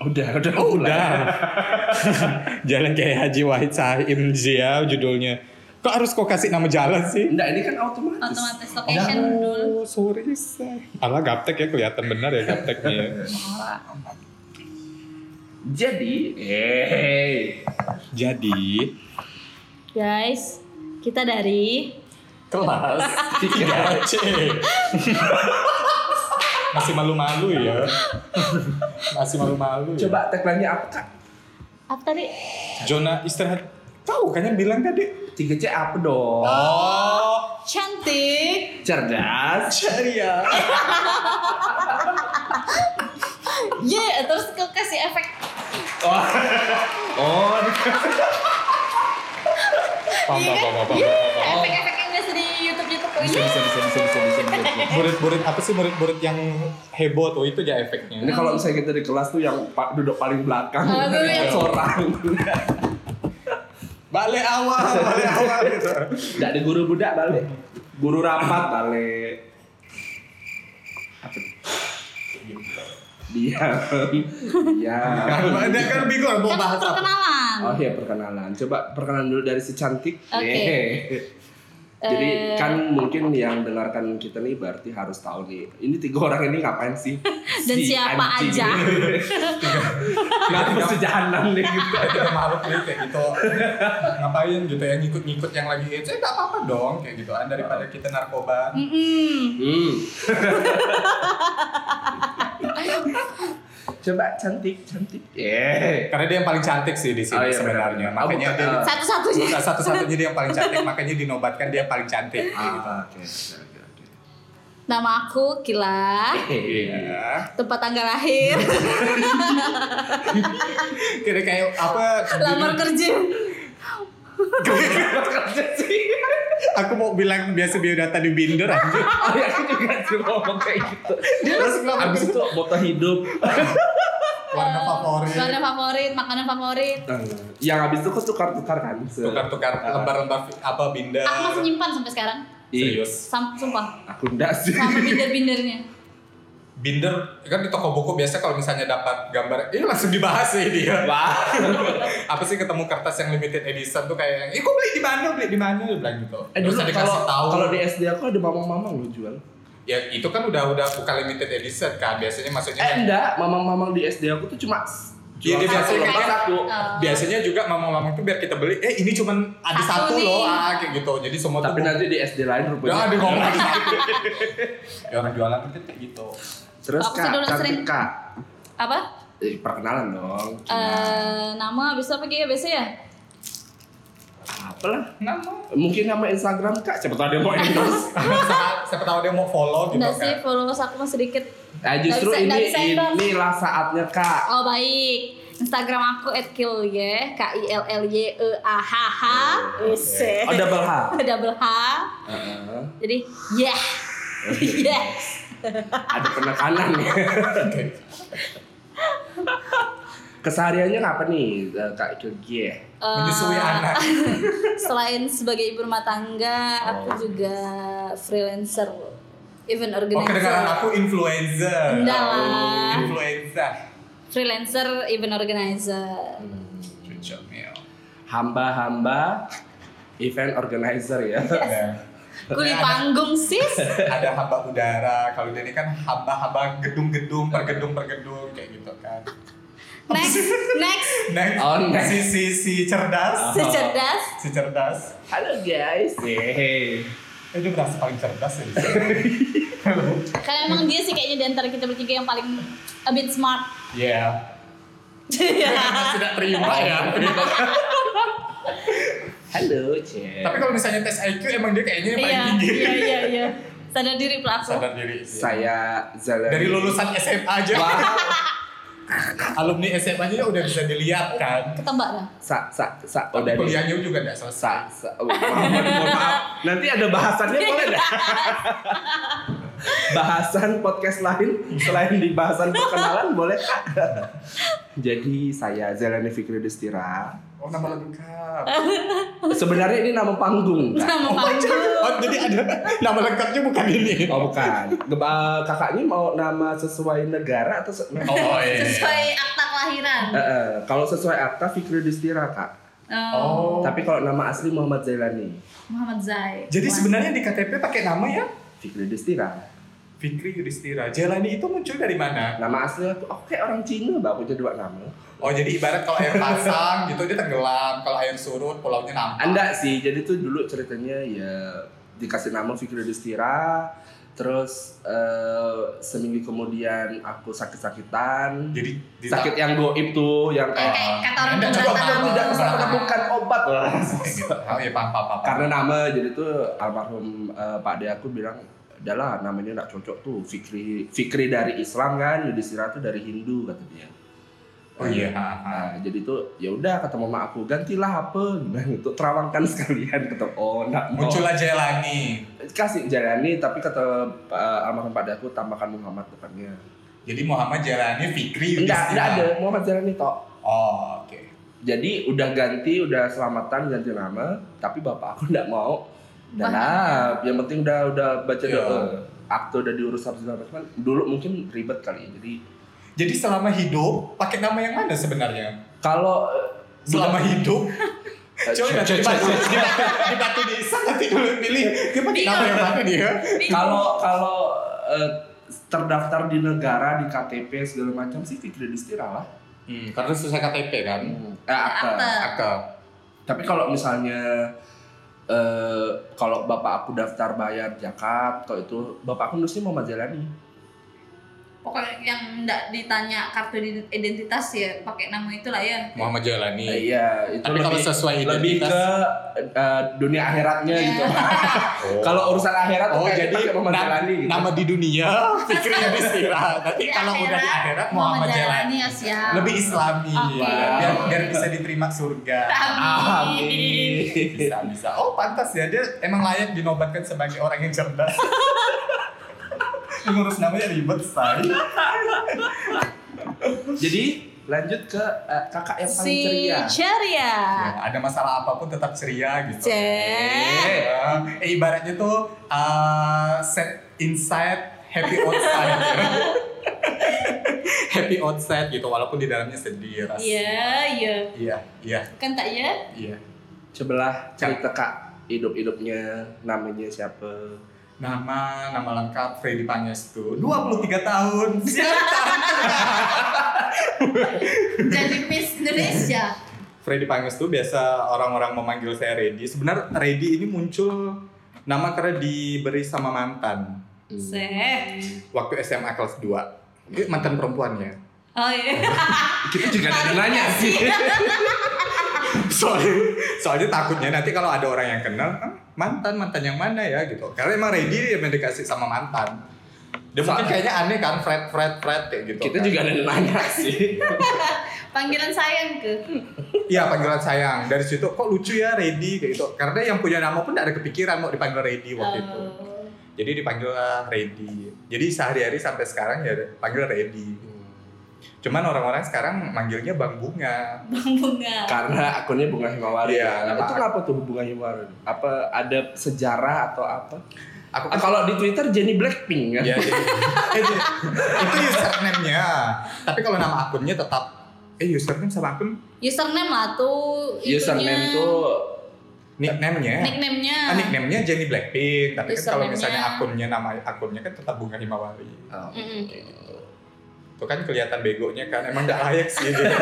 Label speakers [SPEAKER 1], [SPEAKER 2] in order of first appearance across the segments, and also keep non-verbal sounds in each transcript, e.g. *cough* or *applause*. [SPEAKER 1] Udah, udah.
[SPEAKER 2] Oh,
[SPEAKER 1] mulai.
[SPEAKER 2] udah.
[SPEAKER 1] *laughs*
[SPEAKER 2] jalan kayak Haji Wahid Saim Zia judulnya. Kok harus kok kasih nama jalan sih?
[SPEAKER 1] Nggak, ini kan otomatis.
[SPEAKER 3] Otomatis location dulu.
[SPEAKER 2] Oh, sorry say. Alah gaptek ya kelihatan benar ya gapteknya. ya.
[SPEAKER 1] Jadi, eh,
[SPEAKER 2] Jadi
[SPEAKER 3] Guys, kita dari
[SPEAKER 1] kelas tiga.
[SPEAKER 2] 3C. Masih malu-malu ya. Masih malu-malu. ya.
[SPEAKER 1] Coba tagline-nya apa kak?
[SPEAKER 3] apa tadi?
[SPEAKER 2] Jonah istirahat. Tahu kan yang bilang tadi?
[SPEAKER 1] Tiga C apa dong?
[SPEAKER 2] Oh,
[SPEAKER 3] Cantik,
[SPEAKER 1] Cerdas. ya.
[SPEAKER 2] ceria.
[SPEAKER 3] yeah. Terus kau kasih efek
[SPEAKER 1] Oh, oh,
[SPEAKER 2] Pam pam pam pam, pam.
[SPEAKER 3] yeah, Iya kan? efek-efek yang biasa di YouTube YouTube kok.
[SPEAKER 1] bisa, bisa,
[SPEAKER 3] Yeah.
[SPEAKER 1] bisa, bisa, bisa, bisa, bisa.
[SPEAKER 2] Murid-murid apa sih murid-murid yang heboh tuh itu ya efeknya.
[SPEAKER 1] Ini kalau misalnya kita di kelas tuh yang pa- duduk paling belakang,
[SPEAKER 3] Aduh, ya.
[SPEAKER 1] seorang.
[SPEAKER 2] Balik awal, balik *laughs* awal gitu.
[SPEAKER 1] Nggak ada guru budak balik. Guru rapat balik. Apa? Diam. Diam.
[SPEAKER 2] Dia kan bingung mau
[SPEAKER 3] Kan
[SPEAKER 2] bahas apa.
[SPEAKER 3] perkenalan.
[SPEAKER 1] Oh iya perkenalan. Coba perkenalan dulu dari si cantik.
[SPEAKER 3] Oke.
[SPEAKER 1] Yeay. Jadi
[SPEAKER 3] Eh.
[SPEAKER 1] kan mungkin yang dengarkan kita nih berarti harus tahu nih. Ini tiga orang ini ngapain sih?
[SPEAKER 3] Dan siapa
[SPEAKER 1] *laughs*
[SPEAKER 3] aja?
[SPEAKER 1] Kenapa sejahanan nih gitu.
[SPEAKER 2] kita makhluk nih kayak gitu ngapain gitu ya ngikut-ngikut yang lagi hits eh nggak apa-apa dong kayak gitu kan daripada kita narkoba
[SPEAKER 3] Mm-mm.
[SPEAKER 1] Hmm. *laughs* Coba cantik, cantik. Yeay.
[SPEAKER 2] karena dia yang paling cantik sih di sini
[SPEAKER 1] Oh, iya,
[SPEAKER 2] sebenarnya
[SPEAKER 1] benar.
[SPEAKER 2] makanya
[SPEAKER 1] Oh,
[SPEAKER 2] dia
[SPEAKER 1] bukan.
[SPEAKER 3] Satu-satunya.
[SPEAKER 2] Nah, satu-satunya dia yang paling cantik makanya dinobatkan dia yang paling cantik gitu.
[SPEAKER 1] Ah, oke. oke, oke,
[SPEAKER 3] Nama aku Kila.
[SPEAKER 1] oke. Iya.
[SPEAKER 2] Iya.
[SPEAKER 3] Tempat tanggal
[SPEAKER 1] *laughs*
[SPEAKER 3] lahir,
[SPEAKER 2] Kira kayak apa?
[SPEAKER 3] lamar kerja.
[SPEAKER 1] Kerja sih.
[SPEAKER 2] Aku mau bilang biasa biodata di binder aja.
[SPEAKER 1] Oh ya, aku juga cuma ngomong kayak gitu. Dia gitu.
[SPEAKER 2] langsung ngomong
[SPEAKER 1] abis itu moto hidup.
[SPEAKER 2] Warna favorit.
[SPEAKER 3] Warna favorit, makanan favorit.
[SPEAKER 1] yang abis itu kok tukar-tukar kan? Se-
[SPEAKER 2] Tukar-tukar lembar-lembar fi- apa binder.
[SPEAKER 3] Aku masih nyimpan sampai sekarang.
[SPEAKER 1] Ih,
[SPEAKER 2] Serius.
[SPEAKER 3] Sam- sumpah.
[SPEAKER 1] Iya. aku enggak sih.
[SPEAKER 3] Sama binder-bindernya.
[SPEAKER 2] Binder kan di toko buku biasa kalau misalnya dapat gambar, ini langsung dibahas sih dia.
[SPEAKER 1] Wah.
[SPEAKER 2] *laughs* apa sih ketemu kertas yang limited edition tuh kayak yang, ih kok beli di mana beli di mana dia bilang gitu
[SPEAKER 1] Eh, dulu
[SPEAKER 2] terus ada
[SPEAKER 1] kalau
[SPEAKER 2] kasih tahu
[SPEAKER 1] kalau di SD aku ada mamang-mamang lo jual.
[SPEAKER 2] ya itu kan udah udah bukan limited edition kan biasanya maksudnya
[SPEAKER 1] Eh
[SPEAKER 2] yang-
[SPEAKER 1] enggak, mamang-mamang di SD aku tuh cuma
[SPEAKER 2] Iya, dia
[SPEAKER 1] satu
[SPEAKER 2] biasanya
[SPEAKER 1] lepas
[SPEAKER 2] kayak-
[SPEAKER 1] satu.
[SPEAKER 3] Eh,
[SPEAKER 2] biasanya juga mamang-mamang tuh biar kita beli eh ini cuman ada satu,
[SPEAKER 3] Satu nih.
[SPEAKER 2] loh ah kayak gitu jadi semua
[SPEAKER 1] Tapi
[SPEAKER 2] tuh
[SPEAKER 1] nanti di SD lain rupanya.
[SPEAKER 2] Ya, ada ngomong
[SPEAKER 1] *laughs*
[SPEAKER 2] ada satu. ya orang jualan kan kayak gitu
[SPEAKER 1] Terus
[SPEAKER 3] Aku
[SPEAKER 1] kak,
[SPEAKER 3] dulu
[SPEAKER 1] cantik
[SPEAKER 3] sering-
[SPEAKER 1] kak.
[SPEAKER 3] apa?
[SPEAKER 1] Eh, perkenalan dong.
[SPEAKER 3] Eh, nama habis itu apa Gia biasa ya?
[SPEAKER 1] Apalah.
[SPEAKER 2] nama
[SPEAKER 1] Mungkin nama Instagram kak. Siapa tahu ada yang
[SPEAKER 3] *laughs*
[SPEAKER 1] mau endorse. Nah,
[SPEAKER 2] Sa- siapa tahu dia mau follow gitu
[SPEAKER 3] Nggak sih,
[SPEAKER 2] kan
[SPEAKER 3] followers aku masih sedikit.
[SPEAKER 1] Nah, justru
[SPEAKER 3] Nggak bisa- nggak
[SPEAKER 1] ini
[SPEAKER 3] bisa endorse.
[SPEAKER 1] inilah saatnya kak.
[SPEAKER 3] Oh baik. Instagram aku @kilye, k i l l y e a h h
[SPEAKER 1] Oh,
[SPEAKER 3] *laughs*
[SPEAKER 1] double H.
[SPEAKER 3] double h.
[SPEAKER 1] Heeh.
[SPEAKER 3] Jadi
[SPEAKER 2] *laughs*
[SPEAKER 3] yeah. yes.
[SPEAKER 1] ada penekanan ya. *laughs*
[SPEAKER 3] Eh,
[SPEAKER 1] Kesehariannya apa nih eh, kak itu Gie?
[SPEAKER 3] Eh,
[SPEAKER 2] menyusui anak
[SPEAKER 3] Selain sebagai ibu rumah tangga,
[SPEAKER 1] Oh.
[SPEAKER 3] aku juga freelancer, event
[SPEAKER 2] oh kedengaran
[SPEAKER 3] organizer.
[SPEAKER 2] aku influencer
[SPEAKER 3] Enggak
[SPEAKER 2] Oh,
[SPEAKER 3] lah.
[SPEAKER 2] influencer
[SPEAKER 3] freelancer, event organizer.
[SPEAKER 2] cocok Mel.
[SPEAKER 1] Hamba-hamba event organizer ya. *laughs*
[SPEAKER 2] Ya.
[SPEAKER 3] Kuli
[SPEAKER 2] Ada-
[SPEAKER 3] panggung sis.
[SPEAKER 2] *laughs* ada hamba udara kalau dia ini kan hamba-haba gedung-gedung per gedung per gedung kayak gitu kan
[SPEAKER 3] Next, next.
[SPEAKER 2] next,
[SPEAKER 1] Oh, next.
[SPEAKER 2] si si si cerdas
[SPEAKER 3] Si cerdas.
[SPEAKER 2] si cerdas
[SPEAKER 1] Halo guys. Yeay.
[SPEAKER 2] eh, dia berasa paling cerdas ya di sini.
[SPEAKER 3] Karena emang dia sih kayaknya di antara kita bertiga yang paling a bit smart.
[SPEAKER 2] *laughs* Iya.
[SPEAKER 3] Iya.
[SPEAKER 2] *laughs* terima ya
[SPEAKER 1] Halo Cie.
[SPEAKER 2] tapi kalau misalnya tes IQ emang dia kayaknya yang
[SPEAKER 3] Iya,
[SPEAKER 2] paling tinggi
[SPEAKER 3] iya, iya, iya. Sadar diri pelaku.
[SPEAKER 2] sadar diri
[SPEAKER 1] Saya Zalari.
[SPEAKER 2] dari lulusan SMA aja
[SPEAKER 1] Wah.
[SPEAKER 2] *laughs* alumni SMA nya udah bisa dilihat kan
[SPEAKER 3] Ketembak dah.
[SPEAKER 1] Sa sa sa. Oh dari
[SPEAKER 2] Tapi kuliahnya juga nggak
[SPEAKER 1] sa
[SPEAKER 2] selesai
[SPEAKER 1] sa. Oh, maaf, mohon maaf. Nanti ada bahasannya boleh nggak? bahasan podcast lain selain di bahasan perkenalan boleh kak. Jadi saya Zelani Fikri Destira.
[SPEAKER 2] Oh nama lengkap.
[SPEAKER 1] Sebenarnya ini nama panggung kan?
[SPEAKER 3] Sama panggung.
[SPEAKER 2] Nah. Oh jadi ada nama lengkapnya bukan ini.
[SPEAKER 1] Oh bukan. Geba- kakaknya mau nama sesuai negara atau se-
[SPEAKER 2] Oh iya.
[SPEAKER 3] Sesuai akta kelahiran.
[SPEAKER 1] Eh, eh, kalau sesuai akta Fikri Distira kak.
[SPEAKER 3] Oh,
[SPEAKER 2] Oh.
[SPEAKER 1] Tapi kalau nama asli Muhammad Zailani.
[SPEAKER 3] Muhammad Zai.
[SPEAKER 2] Jadi
[SPEAKER 3] Wah.
[SPEAKER 2] sebenarnya di KTP pakai nama ya?
[SPEAKER 1] Fikri Distira.
[SPEAKER 2] Fikri Yudhistira. Jailani itu muncul dari mana?
[SPEAKER 1] Nama asli aku, oh kayak orang Cina mbak, aku jadi dua nama.
[SPEAKER 2] Oh jadi ibarat kalau air pasang gitu dia tenggelam, kalau air surut pulaunya nampak.
[SPEAKER 1] Anda sih, jadi tuh dulu ceritanya ya dikasih nama Fikri Distira. Terus eh, seminggu kemudian aku sakit-sakitan.
[SPEAKER 2] Jadi di Ah.
[SPEAKER 1] Sakit yang goib tuh, yang kayak
[SPEAKER 3] Kayak, kayak kata orang
[SPEAKER 2] Anda
[SPEAKER 3] keberatan.
[SPEAKER 2] juga
[SPEAKER 1] dokter tidak bisa
[SPEAKER 2] Ah.
[SPEAKER 1] menemukan obat lah.
[SPEAKER 2] Kayak gitu. Oh iya paham paham paham.
[SPEAKER 1] karena nama jadi tuh almarhum eh, Pak De aku bilang adalah namanya nggak cocok tuh Fikri Fikri dari Islam kan Yudhistira tuh dari Hindu kata dia
[SPEAKER 2] Oh iya. ha, ha.
[SPEAKER 1] Nah, jadi tuh ya udah kata mama aku gantilah apa nah, untuk terawangkan *laughs* sekalian kata oh nggak mau
[SPEAKER 2] Muncullah Jailani.
[SPEAKER 1] kasih jalani tapi kata eh, almarhum Pak De aku tambahkan Muhammad depannya
[SPEAKER 2] Jadi Muhammad Jailani Fikri
[SPEAKER 1] enggak
[SPEAKER 2] Yudhistira.
[SPEAKER 1] enggak ada Muhammad Jalani tok
[SPEAKER 2] Oh oke.
[SPEAKER 1] jadi udah ganti udah selamatan ganti nama tapi bapak aku *laughs* nggak mau Dan
[SPEAKER 3] Bahkan-
[SPEAKER 1] lah, yang penting udah udah baca
[SPEAKER 2] Iya.
[SPEAKER 1] doa. Akte udah diurus habis segala macam. Dulu mungkin ribet kali ya. Jadi
[SPEAKER 2] Jadi selama hidup pakai nama yang mana sebenarnya?
[SPEAKER 1] kalau
[SPEAKER 2] Selama hidup
[SPEAKER 1] eh,
[SPEAKER 2] Coba nanti di batu, di batu, di batu desa nanti dulu pilih Dia pakai nama yang mana dia
[SPEAKER 3] Bingung.
[SPEAKER 1] kalau kalau eh, terdaftar di negara di KTP segala macam sih Fikri Distira lah.
[SPEAKER 2] hmm, Karena susah KTP kan
[SPEAKER 1] Eh, akte.
[SPEAKER 3] Akte.
[SPEAKER 2] Akte
[SPEAKER 1] Tapi kalau misalnya eh kalau bapak aku daftar bayar zakat kalau itu bapak aku nulisnya Muhammad Jalani.
[SPEAKER 3] Pokoknya yang nggak ditanya kartu di- identitas ya pakai nama itulah ya.
[SPEAKER 2] Muhammad Jalani
[SPEAKER 1] Iya, itu
[SPEAKER 2] Tapi kalau sesuai
[SPEAKER 1] lebih ke
[SPEAKER 2] identitas
[SPEAKER 1] eh, dunia akhiratnya
[SPEAKER 3] Iya.
[SPEAKER 1] gitu. *laughs* Kalau urusan akhirat tuh
[SPEAKER 2] Oh
[SPEAKER 1] kayak
[SPEAKER 2] jadi
[SPEAKER 1] dipakai Muhammad
[SPEAKER 2] nam-
[SPEAKER 1] Jalani gitu.
[SPEAKER 2] nama di *laughs* dunia Fikri yang istirahat Nanti *laughs*
[SPEAKER 3] Di
[SPEAKER 2] kalau udah di akhirat Muhammad Jalani Oh.
[SPEAKER 3] ya siap.
[SPEAKER 2] Lebih islami Iya,
[SPEAKER 3] Oke.
[SPEAKER 2] biar, biar bisa diterima surga
[SPEAKER 3] Amin.
[SPEAKER 1] Amin.
[SPEAKER 2] Bisa bisa Oh pantas ya dia emang layak dinobatkan sebagai orang yang cerdas *laughs* Ngurus namanya ribet say
[SPEAKER 1] Jadi lanjut ke eh, kakak yang paling
[SPEAKER 3] Si
[SPEAKER 1] ceria.
[SPEAKER 3] Ceria.
[SPEAKER 2] Ya, ada masalah apapun tetap ceria gitu.
[SPEAKER 3] Cek.
[SPEAKER 2] Ya, eh, ibaratnya tuh uh, set inside happy outside. happy outside gitu walaupun di dalamnya sedih ras.
[SPEAKER 3] Iya, iya.
[SPEAKER 2] Iya, iya,
[SPEAKER 3] Kan tak ya?
[SPEAKER 2] iya.
[SPEAKER 1] Sebelah cerita kak hidup-hidupnya namanya siapa?
[SPEAKER 2] Nama nama lengkap Freddy Pangestu, 23 tahun. Siapa?
[SPEAKER 3] Jadi Miss Indonesia.
[SPEAKER 2] Freddy Pangestu biasa orang-orang memanggil saya Reddy. Sebenarnya Reddy ini muncul nama karena diberi sama mantan
[SPEAKER 3] Seh.
[SPEAKER 2] waktu SMA kelas 2. Eh, mantan perempuannya.
[SPEAKER 3] Oh iya.
[SPEAKER 1] Kita juga ada nanya sih.
[SPEAKER 2] soalnya soalnya takutnya nanti kalau ada orang yang kenal "Ah, mantan mantan yang mana ya gitu karena emang ready dia mendekati sama mantan dia mungkin kayaknya aneh kan Fred Fred Fred kayak gitu
[SPEAKER 1] Kita
[SPEAKER 2] kan.
[SPEAKER 1] juga ada nanya sih.
[SPEAKER 2] *laughs*
[SPEAKER 3] Panggilan sayang ke.
[SPEAKER 2] iya panggilan sayang dari situ kok lucu ya ready kayak gitu karena yang punya nama pun tidak ada kepikiran mau dipanggil ready waktu itu
[SPEAKER 3] Oh.
[SPEAKER 2] jadi dipanggil ready jadi sehari-hari sampai sekarang ya panggil ready cuman orang-orang sekarang manggilnya bang bunga
[SPEAKER 3] Bang Bunga.
[SPEAKER 1] Karena akunnya Bunga Himawari.
[SPEAKER 2] Iya, nama
[SPEAKER 1] itu
[SPEAKER 2] aku.
[SPEAKER 1] apa tuh Bunga Himawari? Apa ada sejarah atau apa?
[SPEAKER 2] aku kan
[SPEAKER 1] Ah, Kalau di Twitter Jenny Blackpink kan?
[SPEAKER 2] Iya, jadi- eh, jadi- *laughs* itu username-nya. Tapi kalau nama akunnya tetap eh username sama akun
[SPEAKER 3] Username lah tuh.
[SPEAKER 1] Username
[SPEAKER 3] itunya.
[SPEAKER 1] tuh
[SPEAKER 2] nickname-nya.
[SPEAKER 3] Nickname-nya.
[SPEAKER 2] Ah, nickname-nya Jenny Blackpink, tapi kan kalau
[SPEAKER 3] Username-nya.
[SPEAKER 2] misalnya akunnya nama akunnya kan tetap Bunga Himawari.
[SPEAKER 1] oh,
[SPEAKER 3] Mm-mm.
[SPEAKER 2] Itu kan kelihatan begonya kan, emang gak layak sih.
[SPEAKER 3] *laughs*
[SPEAKER 2] dia.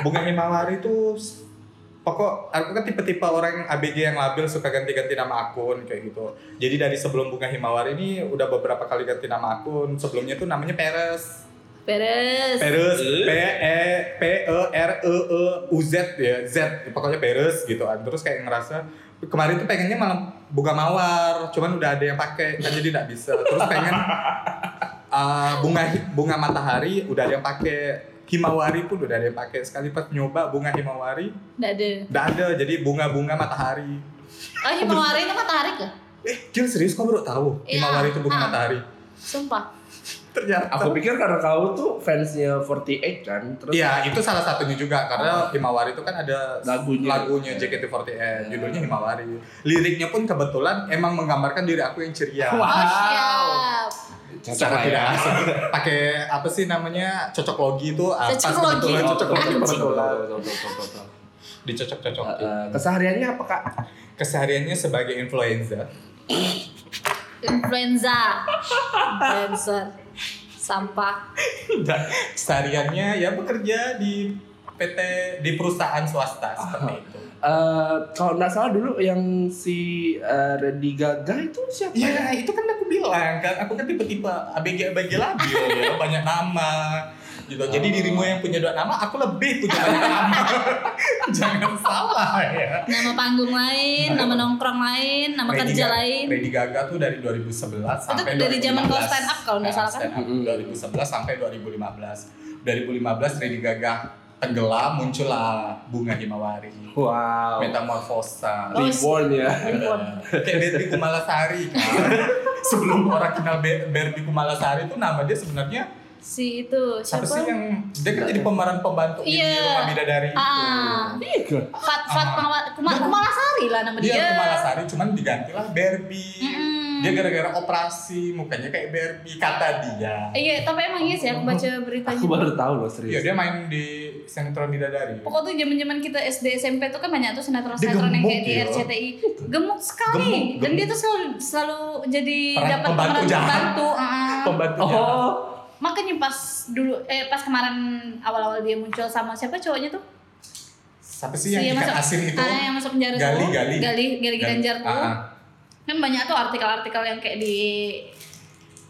[SPEAKER 2] Bunga Himawari itu s- pokok aku kan tipe-tipe orang yang ABG yang labil suka ganti-ganti nama akun kayak gitu. Jadi dari sebelum Bunga Himawari ini udah beberapa kali ganti nama akun. Sebelumnya tuh namanya Peres.
[SPEAKER 3] Beres.
[SPEAKER 2] Peres
[SPEAKER 1] Eh?
[SPEAKER 2] P E P E R E E U Z ya Z pokoknya Peres gitu kan terus kayak ngerasa kemarin tuh pengennya malam bunga mawar cuman udah ada yang pakai kan jadi nggak bisa terus
[SPEAKER 1] *laughs*
[SPEAKER 2] pengen uh, bunga hi- bunga matahari udah ada yang pakai himawari pun udah ada yang pakai sekali pas nyoba bunga himawari
[SPEAKER 3] Nggak ada.
[SPEAKER 2] nggak ada jadi bunga bunga matahari
[SPEAKER 3] Oh, Himawari itu matahari ke?
[SPEAKER 2] eh Gil serius kok baru tahu
[SPEAKER 3] Iya.
[SPEAKER 2] himawari itu bunga
[SPEAKER 3] Ah.
[SPEAKER 2] matahari
[SPEAKER 3] Sumpah.
[SPEAKER 2] ternyata
[SPEAKER 1] Aku pikir karena kau tuh fansnya 48 kan, terus
[SPEAKER 2] Iya, itu salah satunya juga karena Himawari itu kan ada
[SPEAKER 1] Lagunya. Iya.
[SPEAKER 2] lagunya JKT48, judulnya Himawari. Liriknya pun kebetulan emang menggambarkan diri aku yang ceria.
[SPEAKER 3] Oh,
[SPEAKER 2] Wah.
[SPEAKER 3] siap.
[SPEAKER 2] Secara
[SPEAKER 1] ya.
[SPEAKER 2] tidak langsung pakai apa sih namanya cocok logi itu apa
[SPEAKER 3] Cocoklogi.
[SPEAKER 2] sebetulnya cocok logi
[SPEAKER 3] Anjing.
[SPEAKER 2] kebetulan
[SPEAKER 1] betul.
[SPEAKER 2] dicocok-cocok.
[SPEAKER 1] Heeh. Eh, Kesehariannya apa kak?
[SPEAKER 2] Kesehariannya sebagai influencer.
[SPEAKER 3] Influenza. Influencer. Sampah.
[SPEAKER 2] Dan kesehariannya ya bekerja di PT di perusahaan swasta seperti itu.
[SPEAKER 1] Eh, kalau nggak salah dulu yang si eh, Lady Gaga itu siapa? ya?
[SPEAKER 2] Ya itu kan aku bilang kan, aku kan tipe-tipe ABG ABG labil ya, banyak nama gitu. Jadi
[SPEAKER 1] Oh.
[SPEAKER 2] dirimu yang punya dua nama, aku lebih punya banyak nama. *laughs* Jangan salah ya.
[SPEAKER 3] Nama panggung lain, nama nongkrong lain, nama
[SPEAKER 2] Lady
[SPEAKER 3] kerja
[SPEAKER 2] Gaga-
[SPEAKER 3] lain.
[SPEAKER 2] Lady Gaga tuh dari 2011 sampai
[SPEAKER 3] dari zaman kau
[SPEAKER 2] 2015.
[SPEAKER 3] stand up kalau nggak
[SPEAKER 2] Nah,
[SPEAKER 3] salah
[SPEAKER 2] stand
[SPEAKER 3] kan?
[SPEAKER 2] up 2011 sampai 2015. 2015 Lady Gaga tenggelam muncullah bunga himawari.
[SPEAKER 1] Wow.
[SPEAKER 2] Metamorfosa.
[SPEAKER 3] Oh,
[SPEAKER 1] Reborn ya.
[SPEAKER 3] Handphone.
[SPEAKER 2] Kayak Berbi Kumalasari
[SPEAKER 3] *laughs*
[SPEAKER 2] kan. Sebelum orang kenal Be- Berbi Kumalasari itu nama dia sebenarnya
[SPEAKER 3] Si itu
[SPEAKER 2] siapa
[SPEAKER 3] siapa?
[SPEAKER 2] sih yang dia kan jadi pemeran pembantu
[SPEAKER 3] Iya.
[SPEAKER 2] di rumah bidadari itu.
[SPEAKER 3] Ah,
[SPEAKER 1] Iya,
[SPEAKER 3] Fat Fat
[SPEAKER 2] Ah.
[SPEAKER 3] Mawar- Kuma, Kumalasari lah nama
[SPEAKER 2] Dia
[SPEAKER 3] dia.
[SPEAKER 2] Iya, Kumalasari cuman digantilah Berbi.
[SPEAKER 3] Mm-mm.
[SPEAKER 2] Dia gara-gara operasi mukanya kayak Berbi kata dia.
[SPEAKER 3] Iya, tapi emang iya sih aku baca beritanya.
[SPEAKER 1] Aku baru tahu loh
[SPEAKER 2] Iya
[SPEAKER 1] serius.
[SPEAKER 2] dia main di sinetron bidadari.
[SPEAKER 3] Pokoknya tuh zaman-zaman kita SD SMP tuh kan banyak tuh sinetron-sinetron
[SPEAKER 2] Dia
[SPEAKER 3] yang kayak di
[SPEAKER 2] gemuk, ya.
[SPEAKER 3] RCTI gemuk sekali
[SPEAKER 2] Gemuk,
[SPEAKER 3] dan
[SPEAKER 2] gemuk.
[SPEAKER 3] dia tuh selalu selalu jadi
[SPEAKER 2] Peran
[SPEAKER 3] dapat
[SPEAKER 2] pembantu
[SPEAKER 3] peran
[SPEAKER 2] jahat.
[SPEAKER 3] pembantu. ah.
[SPEAKER 2] Pembantunya.
[SPEAKER 1] Oh,
[SPEAKER 3] Makanya pas dulu eh pas kemarin awal-awal dia muncul sama siapa cowoknya tuh?
[SPEAKER 2] Siapa sih yang ikan asin itu?
[SPEAKER 3] Ah, yang masuk penjara
[SPEAKER 2] Gali,
[SPEAKER 3] tuh.
[SPEAKER 2] Gali.
[SPEAKER 3] Gali, Gali Ginanjar tuh.
[SPEAKER 2] Ah, ah.
[SPEAKER 3] Kan banyak tuh artikel-artikel yang kayak di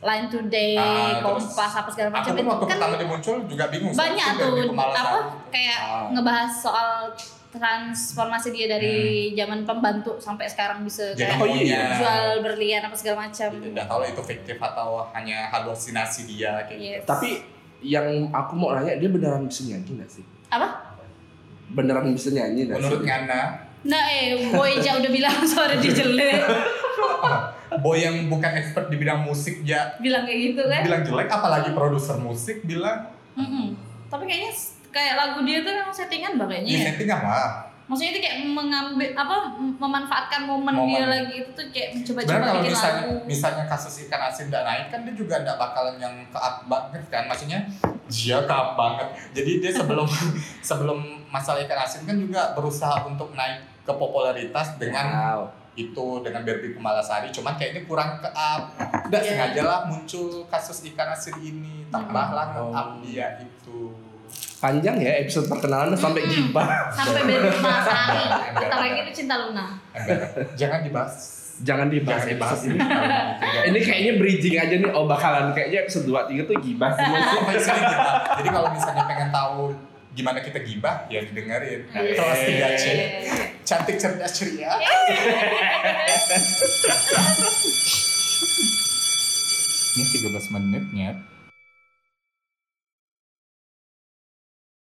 [SPEAKER 3] Line Today,
[SPEAKER 2] Ah, terus
[SPEAKER 3] Kompas apa segala
[SPEAKER 2] Aku
[SPEAKER 3] macam
[SPEAKER 2] tuh waktu
[SPEAKER 3] itu kan
[SPEAKER 2] pertama dia muncul juga bingung. siapa
[SPEAKER 3] banyak
[SPEAKER 2] sih
[SPEAKER 3] tuh
[SPEAKER 2] Berbi
[SPEAKER 3] apa
[SPEAKER 2] Kumalasari?
[SPEAKER 3] kayak
[SPEAKER 2] Ah.
[SPEAKER 3] ngebahas soal transformasi dia dari zaman pembantu sampai sekarang bisa
[SPEAKER 2] Hmm. Jadi
[SPEAKER 1] Oh,
[SPEAKER 3] kayak
[SPEAKER 1] iya.
[SPEAKER 2] maunya-
[SPEAKER 3] jual berlian apa segala macam.
[SPEAKER 2] Gitu. nggak tahu lah itu fiktif atau hanya halusinasi dia kayak
[SPEAKER 3] Yes.
[SPEAKER 1] tapi yang aku mau nanya dia beneran bisa nyanyi nggak sih?
[SPEAKER 3] apa?
[SPEAKER 1] Beneran bisa nyanyi
[SPEAKER 2] gitu.
[SPEAKER 1] nggak
[SPEAKER 2] menurut
[SPEAKER 1] sih?
[SPEAKER 2] Ngana
[SPEAKER 3] Nah, eh, boy aja udah bilang *laughs* suara dia jelek,
[SPEAKER 2] boy yang bukan expert di bidang musik ya
[SPEAKER 3] bilang kayak gitu kan?
[SPEAKER 2] bilang jelek apalagi produser musik bilang
[SPEAKER 3] Mm-mm. Tapi kayaknya s- kayak lagu dia tuh memang settingan bah kayaknya.
[SPEAKER 2] di
[SPEAKER 3] ya.
[SPEAKER 2] setting apa
[SPEAKER 3] Maksudnya itu kayak mengambil apa m- memanfaatkan momen,
[SPEAKER 2] Momen.
[SPEAKER 3] dia lagi itu tuh kayak mencoba-coba
[SPEAKER 2] sebenarnya kalau
[SPEAKER 3] bikin
[SPEAKER 2] misalnya
[SPEAKER 3] lagu.
[SPEAKER 2] misalnya kasus ikan asin nggak naik kan dia juga nggak bakalan yang keak banget kan maksudnya dia keak banget jadi dia sebelum sebelum masalah ikan asin kan juga berusaha untuk naik ke popularitas dengan
[SPEAKER 1] Wow.
[SPEAKER 2] itu dengan Barbie Kumalasari cuman kayaknya kurang ke up nggak
[SPEAKER 3] Iya.
[SPEAKER 2] sengaja lah muncul kasus ikan asin ini tambahlah
[SPEAKER 1] Oh.
[SPEAKER 2] ke up dia itu
[SPEAKER 1] Panjang ya episode perkenalan sampai
[SPEAKER 3] Mm-mm.
[SPEAKER 1] gibah.
[SPEAKER 2] *laughs*
[SPEAKER 3] sampai beres Masari. Tarik itu gitu, cinta Luna.
[SPEAKER 2] Ember, jangan dibahas
[SPEAKER 1] Jangan dibahas
[SPEAKER 2] jangan dibahas
[SPEAKER 1] episode
[SPEAKER 2] ini
[SPEAKER 1] ini. *laughs* Ini kayaknya bridging aja nih, oh bakalan kayaknya episode 2, 3 tuh gibah semua sih.
[SPEAKER 2] Apa isinya gibah? jadi kalau misalnya pengen tahu gimana kita gibah ya didengerin kelas 3 C cantik cerdas ceria ini 13 menitnya